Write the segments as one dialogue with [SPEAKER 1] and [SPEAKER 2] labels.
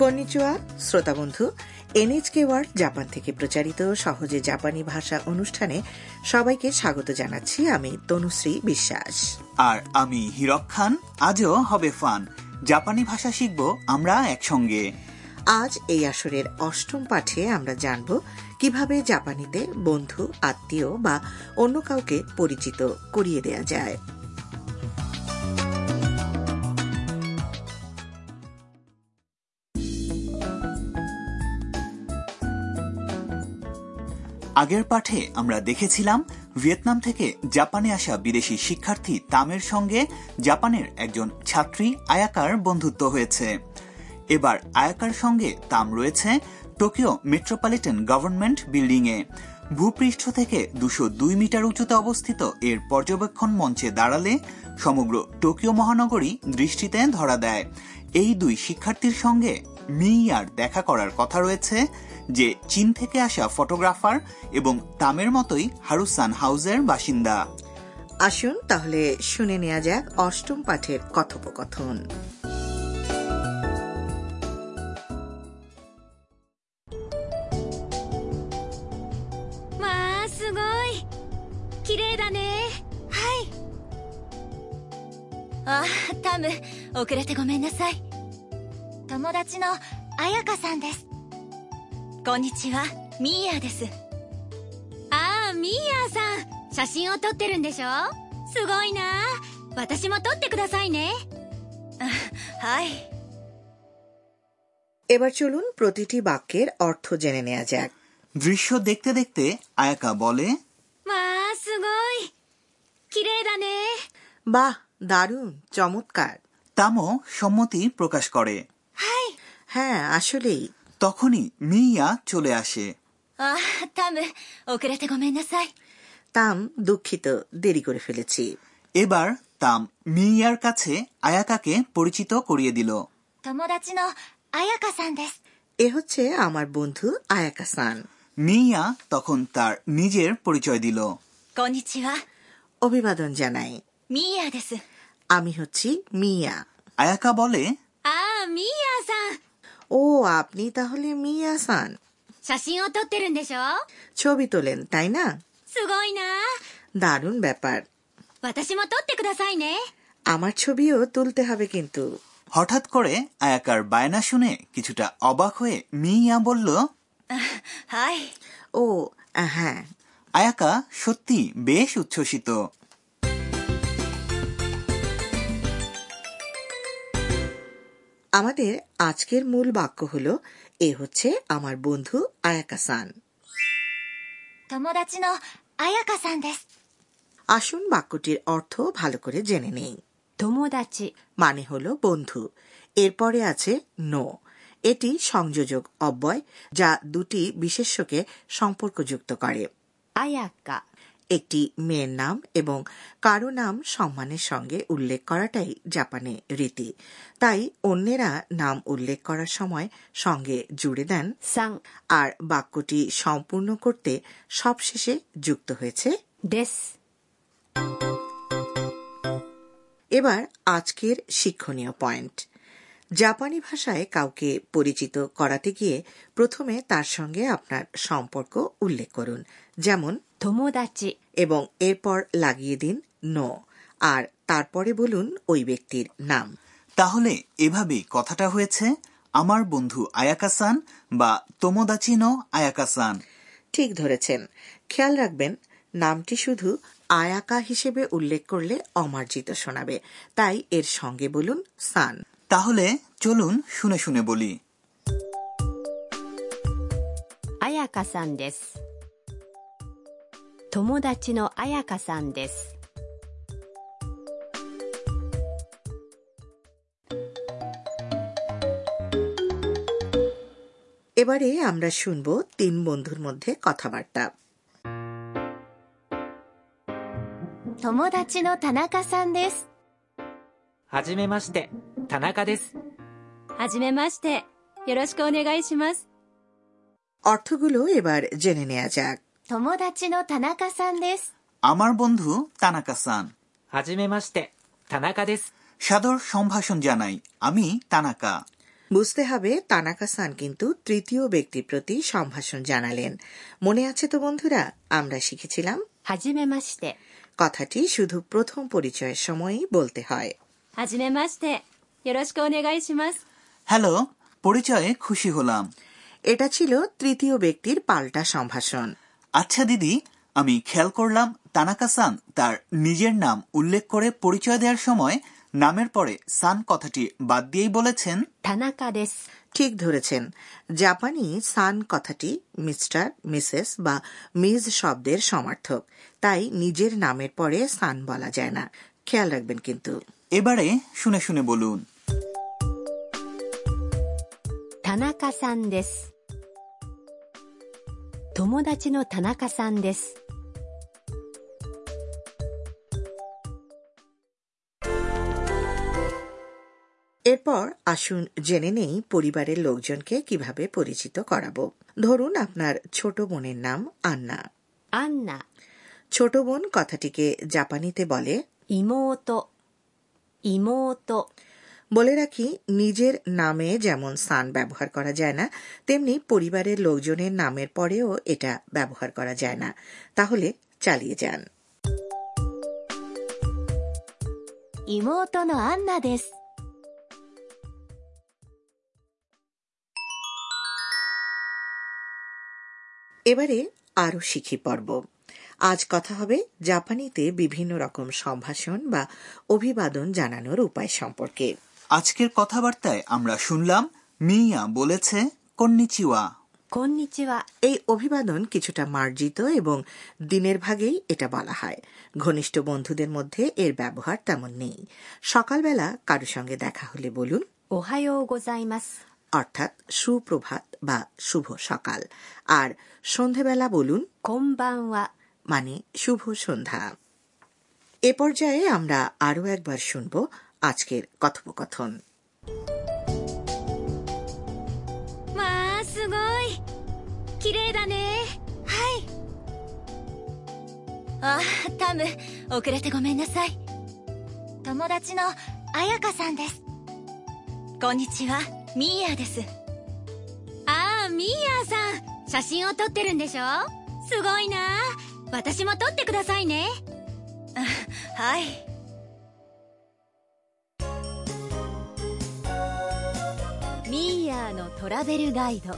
[SPEAKER 1] konnichiwa শ্রোতাবন্ধু NHK World Japan থেকে প্রচারিত সহজে জাপানি ভাষা অনুষ্ঠানে সবাইকে স্বাগত জানাচ্ছি আমি তনুশ্রী বিশ্বাস
[SPEAKER 2] আর আমি হিরক খান আজও হবে ফান জাপানি ভাষা শিখব আমরা একসঙ্গে
[SPEAKER 1] আজ এই আসরের অষ্টম পাঠে আমরা জানব কিভাবে জাপানিতে বন্ধু আত্মীয় বা অন্য কাউকে পরিচিত করিয়ে দেয়া যায়
[SPEAKER 2] আগের পাঠে আমরা দেখেছিলাম ভিয়েতনাম থেকে জাপানে আসা বিদেশি শিক্ষার্থী তামের সঙ্গে জাপানের একজন ছাত্রী আয়াকার বন্ধুত্ব হয়েছে এবার আয়াকার সঙ্গে তাম রয়েছে টোকিও মেট্রোপলিটন গভর্নমেন্ট বিল্ডিংয়ে ভূপৃষ্ঠ থেকে দুশো দুই মিটার উঁচুতে অবস্থিত এর পর্যবেক্ষণ মঞ্চে দাঁড়ালে সমগ্র টোকিও মহানগরী দৃষ্টিতে ধরা দেয় এই দুই শিক্ষার্থীর সঙ্গে মিয়ার দেখা করার কথা রয়েছে যে চীন থেকে আসা ফটোগ্রাফার এবং তামের মতোই হারুসান হাউজের বাসিন্দা
[SPEAKER 1] আসুন তাহলে শুনে নেওয়া যাক অষ্টম পাঠের কথোপকথন
[SPEAKER 3] まあすごい綺麗だねはいあタム遅れてごめんなさい友達の彩香さんですこんにちはミーヤですああミーヤさん写真を撮ってるんでしょすごいな私も撮ってくださいね はい
[SPEAKER 1] এবার চলুন প্রতিটি বাক্যের অর্থ জেনে নেওয়া যাক
[SPEAKER 2] দৃশ্য দেখতে দেখতে আয়াকা বলে
[SPEAKER 3] まあすごい綺麗だね
[SPEAKER 1] বাহ দারুণ চমৎকার
[SPEAKER 2] তামও সম্মতি প্রকাশ করে
[SPEAKER 1] হ্যাঁ আসলেই
[SPEAKER 2] তখনই মিয়া চলে আসে
[SPEAKER 3] あタム遅れてごめんなさい
[SPEAKER 1] তাম দুঃখিত দেরি করে ফেলেছি
[SPEAKER 2] এবার তাম মিয়ার কাছে আয়াকাকে পরিচিত করিয়ে দিল
[SPEAKER 3] 友達の彩香さんです
[SPEAKER 1] এ হচ্ছে আমার বন্ধু আয়াকা সান
[SPEAKER 2] মিয়া তখন তার নিজের পরিচয় দিল
[SPEAKER 3] こんにちは
[SPEAKER 1] অভিবাদন জানাই
[SPEAKER 3] ミーヤですあ
[SPEAKER 1] আমি হচ্ছি মিয়া
[SPEAKER 2] আয়াকা বলে
[SPEAKER 3] あミーヤさ
[SPEAKER 1] ও আপনি তাহলে মিয়া সান
[SPEAKER 3] ん写真を撮ってるんでしょ
[SPEAKER 1] ছবি তোলেন তাই না
[SPEAKER 3] すごいな
[SPEAKER 1] দারুণ ব্যাপার
[SPEAKER 3] 私も撮ってくださいね
[SPEAKER 1] আমার ছবিও তুলতে হবে কিন্তু
[SPEAKER 2] হঠাৎ করে আয়াকার বায়না শুনে কিছুটা অবাক হয়ে মিয়া বলল
[SPEAKER 3] はい
[SPEAKER 1] ও আহ, হ্যাঁ
[SPEAKER 2] আয়াকা সত্যি বেশ উচ্ছ্বসিত
[SPEAKER 1] আমাদের আজকের মূল বাক্য হলো এ হচ্ছে আমার বন্ধু আয়াকা সান
[SPEAKER 3] 友達の彩香さんです
[SPEAKER 1] আসুন বাক্যটির অর্থ ভালো করে জেনে নেই
[SPEAKER 3] 友達
[SPEAKER 1] মানে হলো বন্ধু এরপরে আছে নো এটি সংযোজক অব্যয় যা দুটি বিশেষ্যকে সম্পর্কযুক্ত করে
[SPEAKER 3] 彩香
[SPEAKER 1] একটি মেয়ের নাম এবং কারো নাম সম্মানের সঙ্গে উল্লেখ করাটাই জাপানে রীতি তাই অন্যেরা নাম উল্লেখ করার সময় সঙ্গে জুড়ে দেন
[SPEAKER 3] さん
[SPEAKER 1] আর বাক্যটি সম্পূর্ণ করতে সবশেষে যুক্ত হয়েছে
[SPEAKER 3] です
[SPEAKER 1] এবার আজকের শিক্ষণীয় পয়েন্ট জাপানি ভাষায় কাউকে পরিচিত করাতে গিয়ে প্রথমে তার সঙ্গে আপনার সম্পর্ক উল্লেখ করুন যেমন
[SPEAKER 3] 友達
[SPEAKER 1] এবং এরপর লাগিয়ে দিন নো আর তারপরে বলুন ওই ব্যক্তির নাম
[SPEAKER 2] তাহলে এভাবেই কথাটা হয়েছে আমার বন্ধু আয়াকাসান বা তোমোদাচিনো আয়াকাসান
[SPEAKER 1] ঠিক ধরেছেন খেয়াল রাখবেন নামটি শুধু আয়াকা হিসেবে উল্লেখ করলে অমার্জিত শোনাবে তাই এর সঙ্গে বলুন সান
[SPEAKER 2] তাহলে চলুন শুনে শুনে বলি
[SPEAKER 3] 彩香さんです友達の彩香さんです
[SPEAKER 1] এবারে আমরা শুনব তিন বন্ধুর মধ্যে কথাবার্তা
[SPEAKER 3] 友達の田中さんです
[SPEAKER 4] はじめまして、田中です。
[SPEAKER 3] はじめましてよろしくお願いします
[SPEAKER 1] অর্থগুলো এবার জেনে নেওয়া যাক
[SPEAKER 3] 友達の田中さんです
[SPEAKER 2] আমার বন্ধু তানাকাসান
[SPEAKER 4] はじめまして、田中です。
[SPEAKER 2] সাদর সম্ভাষণ জানাই আমি তানাকা
[SPEAKER 1] বুঝতে হবে তানাকা সান কিন্তু তৃতীয় ব্যক্তির প্রতি সম্ভাষণ জানালেন মনে আছে তো বন্ধুরা আমরা শিখেছিলাম
[SPEAKER 3] はじめまして。
[SPEAKER 1] কথাটি শুধু প্রথম পরিচয়ের সময়ই বলতে হয়
[SPEAKER 3] はじめまして。よろしくお願いします。
[SPEAKER 2] হ্যালো পরিচয়ে খুশি হলাম
[SPEAKER 1] এটা ছিল তৃতীয় ব্যক্তির পাল্টা সম্ভাষণ
[SPEAKER 2] আচ্ছা দিদি আমি খেয়াল করলাম তানাকা সান তার নিজের নাম উল্লেখ করে পরিচয় দেওয়ার সময় নামের পরে সান কথাটি বাদ দিয়েই বলেছেন
[SPEAKER 3] 田中です。
[SPEAKER 1] ঠিক ধরেছেন জাপানি সান কথাটি মিস্টার মিসেস বা মিজ শব্দের সমার্থক তাই নিজের নামের পরে সান বলা যায় না খেয়াল রাখবেন কিন্তু
[SPEAKER 2] এবারে শুনে শুনে বলুন
[SPEAKER 3] 田中さんです。友達の田中さんです。
[SPEAKER 1] এরপর আসুন জেনে নেই পরিবারের লোকজনকে কিভাবে পরিচিত করাবো ধরুন আপনার ছোট বোনের নাম আন্না
[SPEAKER 3] アンナ、
[SPEAKER 1] ছোট বোন কথাটিকে জাপানিতে বলে
[SPEAKER 3] 妹、妹、
[SPEAKER 1] বলে রাখি নিজের নামে যেমন সান ব্যবহার করা যায় না তেমনি পরিবারের লোকজনের নামের পরেও এটা ব্যবহার করা যায় না তাহলে চালিয়ে যান
[SPEAKER 3] 妹のアンナです。
[SPEAKER 1] এবারে আরও শিখি পর্ব আজ কথা হবে জাপানিতে বিভিন্ন রকম সম্ভাষণ বা অভিবাদন জানানোর উপায় সম্পর্কে
[SPEAKER 2] আজকের কথাবার্তায় আমরা শুনলাম মিয়া বলেছে কন্নিচিওয়া
[SPEAKER 3] こんにちは。
[SPEAKER 1] এই অভিবাদন কিছুটা মার্জিত এবং দিনের ভাগেই এটা বলা হয় ঘনিষ্ঠ বন্ধুদের মধ্যে এর ব্যবহার তেমন নেই সকালবেলা কারো সঙ্গে দেখা হলে বলুন
[SPEAKER 3] おはようございます。
[SPEAKER 1] অর্থাৎ সুপ্রভাত বা শুভ সকাল আর সন্ধেবেলা বলুন
[SPEAKER 3] こんばんは。
[SPEAKER 1] মানে শুভ সন্ধ্যা এ পর্যায়ে আমরা আরও একবার শুনব আজকের কথোপকথন
[SPEAKER 3] まあすごい綺麗だねはいあタム遅れてごめんなさい友達の彩香さんですこんにちはミーヤですああミーヤさん写真を撮ってるんでしょすごいな私も撮ってくださいね はいミーヤのトラベルガイド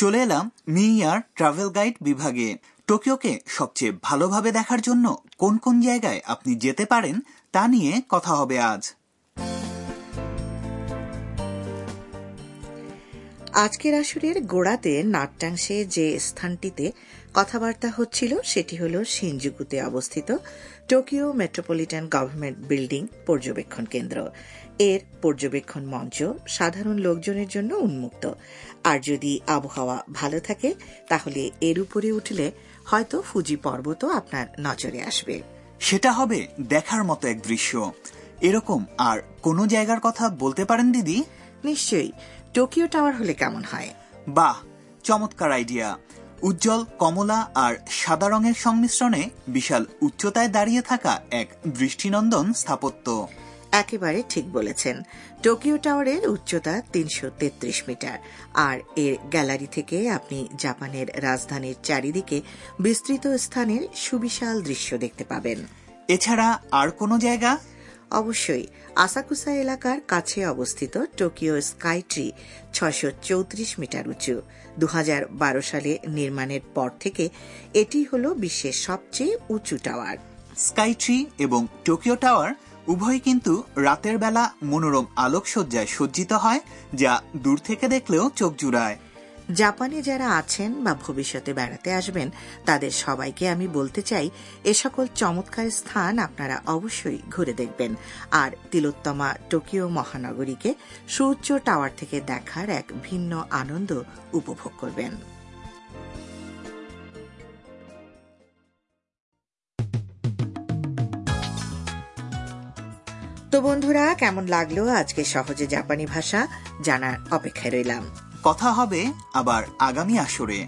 [SPEAKER 2] চলে এলাম মিয়ার ট্রাভেল গাইড বিভাগে টোকিওকে সবচেয়ে ভালোভাবে দেখার জন্য কোন কোন জায়গায় আপনি যেতে পারেন তা নিয়ে কথা হবে আজ
[SPEAKER 1] আজকের আসরের গোড়াতে নাট্যাংশে যে স্থানটিতে কথাবার্তা হচ্ছিল সেটি হল সিনজুকুতে অবস্থিত টোকিও মেট্রোপলিটন গভর্নমেন্ট বিল্ডিং পর্যবেক্ষণ কেন্দ্র এর পর্যবেক্ষণ মঞ্চ সাধারণ লোকজনের জন্য উন্মুক্ত আর যদি আবহাওয়া ভালো থাকে তাহলে এর উপরে উঠলে হয়তো ফুজি পর্বতও আপনার নজরে আসবে
[SPEAKER 2] সেটা হবে দেখার মতো এক দৃশ্য এরকম আর কোনো জায়গার কথা বলতে পারেন দিদি
[SPEAKER 1] নিশ্চয়ই টোকিও টাওয়ার হলে কেমন হয়
[SPEAKER 2] বাহ চমৎকার আইডিয়া উজ্জ্বল কমলা আর সাদা রঙের সংমিশ্রণে বিশাল উচ্চতায় দাঁড়িয়ে থাকা এক দৃষ্টিনন্দন স্থাপত্য
[SPEAKER 1] একেবারে ঠিক বলেছেন টোকিও টাওয়ারের উচ্চতা তিনশো তেত্রিশ মিটার আর এর গ্যালারি থেকে আপনি জাপানের রাজধানীর চারিদিকে বিস্তৃত স্থানের সুবিশাল দৃশ্য দেখতে পাবেন
[SPEAKER 2] এছাড়া আর কোনো জায়গা
[SPEAKER 1] অবশ্যই আসাকুসা এলাকার কাছে অবস্থিত টোকিও স্কাই ট্রি ছশো চৌত্রিশ মিটার উঁচু দু বারো সালে নির্মাণের পর থেকে এটি হল বিশ্বের সবচেয়ে উঁচু টাওয়ার
[SPEAKER 2] স্কাই ট্রি এবং টোকিও টাওয়ার উভয় কিন্তু রাতের বেলা মনোরম আলোকসজ্জায় সজ্জিত হয় যা দূর থেকে দেখলেও চোখ জুড়ায়
[SPEAKER 1] জাপানে যারা আছেন বা ভবিষ্যতে বেড়াতে আসবেন তাদের সবাইকে আমি বলতে চাই এ সকল চমৎকার স্থান আপনারা অবশ্যই ঘুরে দেখবেন আর তিলোত্তমা টোকিও মহানগরীকে সূর্য টাওয়ার থেকে দেখার এক ভিন্ন আনন্দ উপভোগ করবেন তো বন্ধুরা কেমন লাগলো আজকে সহজে জাপানি ভাষা জানার অপেক্ষায় রইলাম
[SPEAKER 2] কথা হবে আবার আগামী আসরে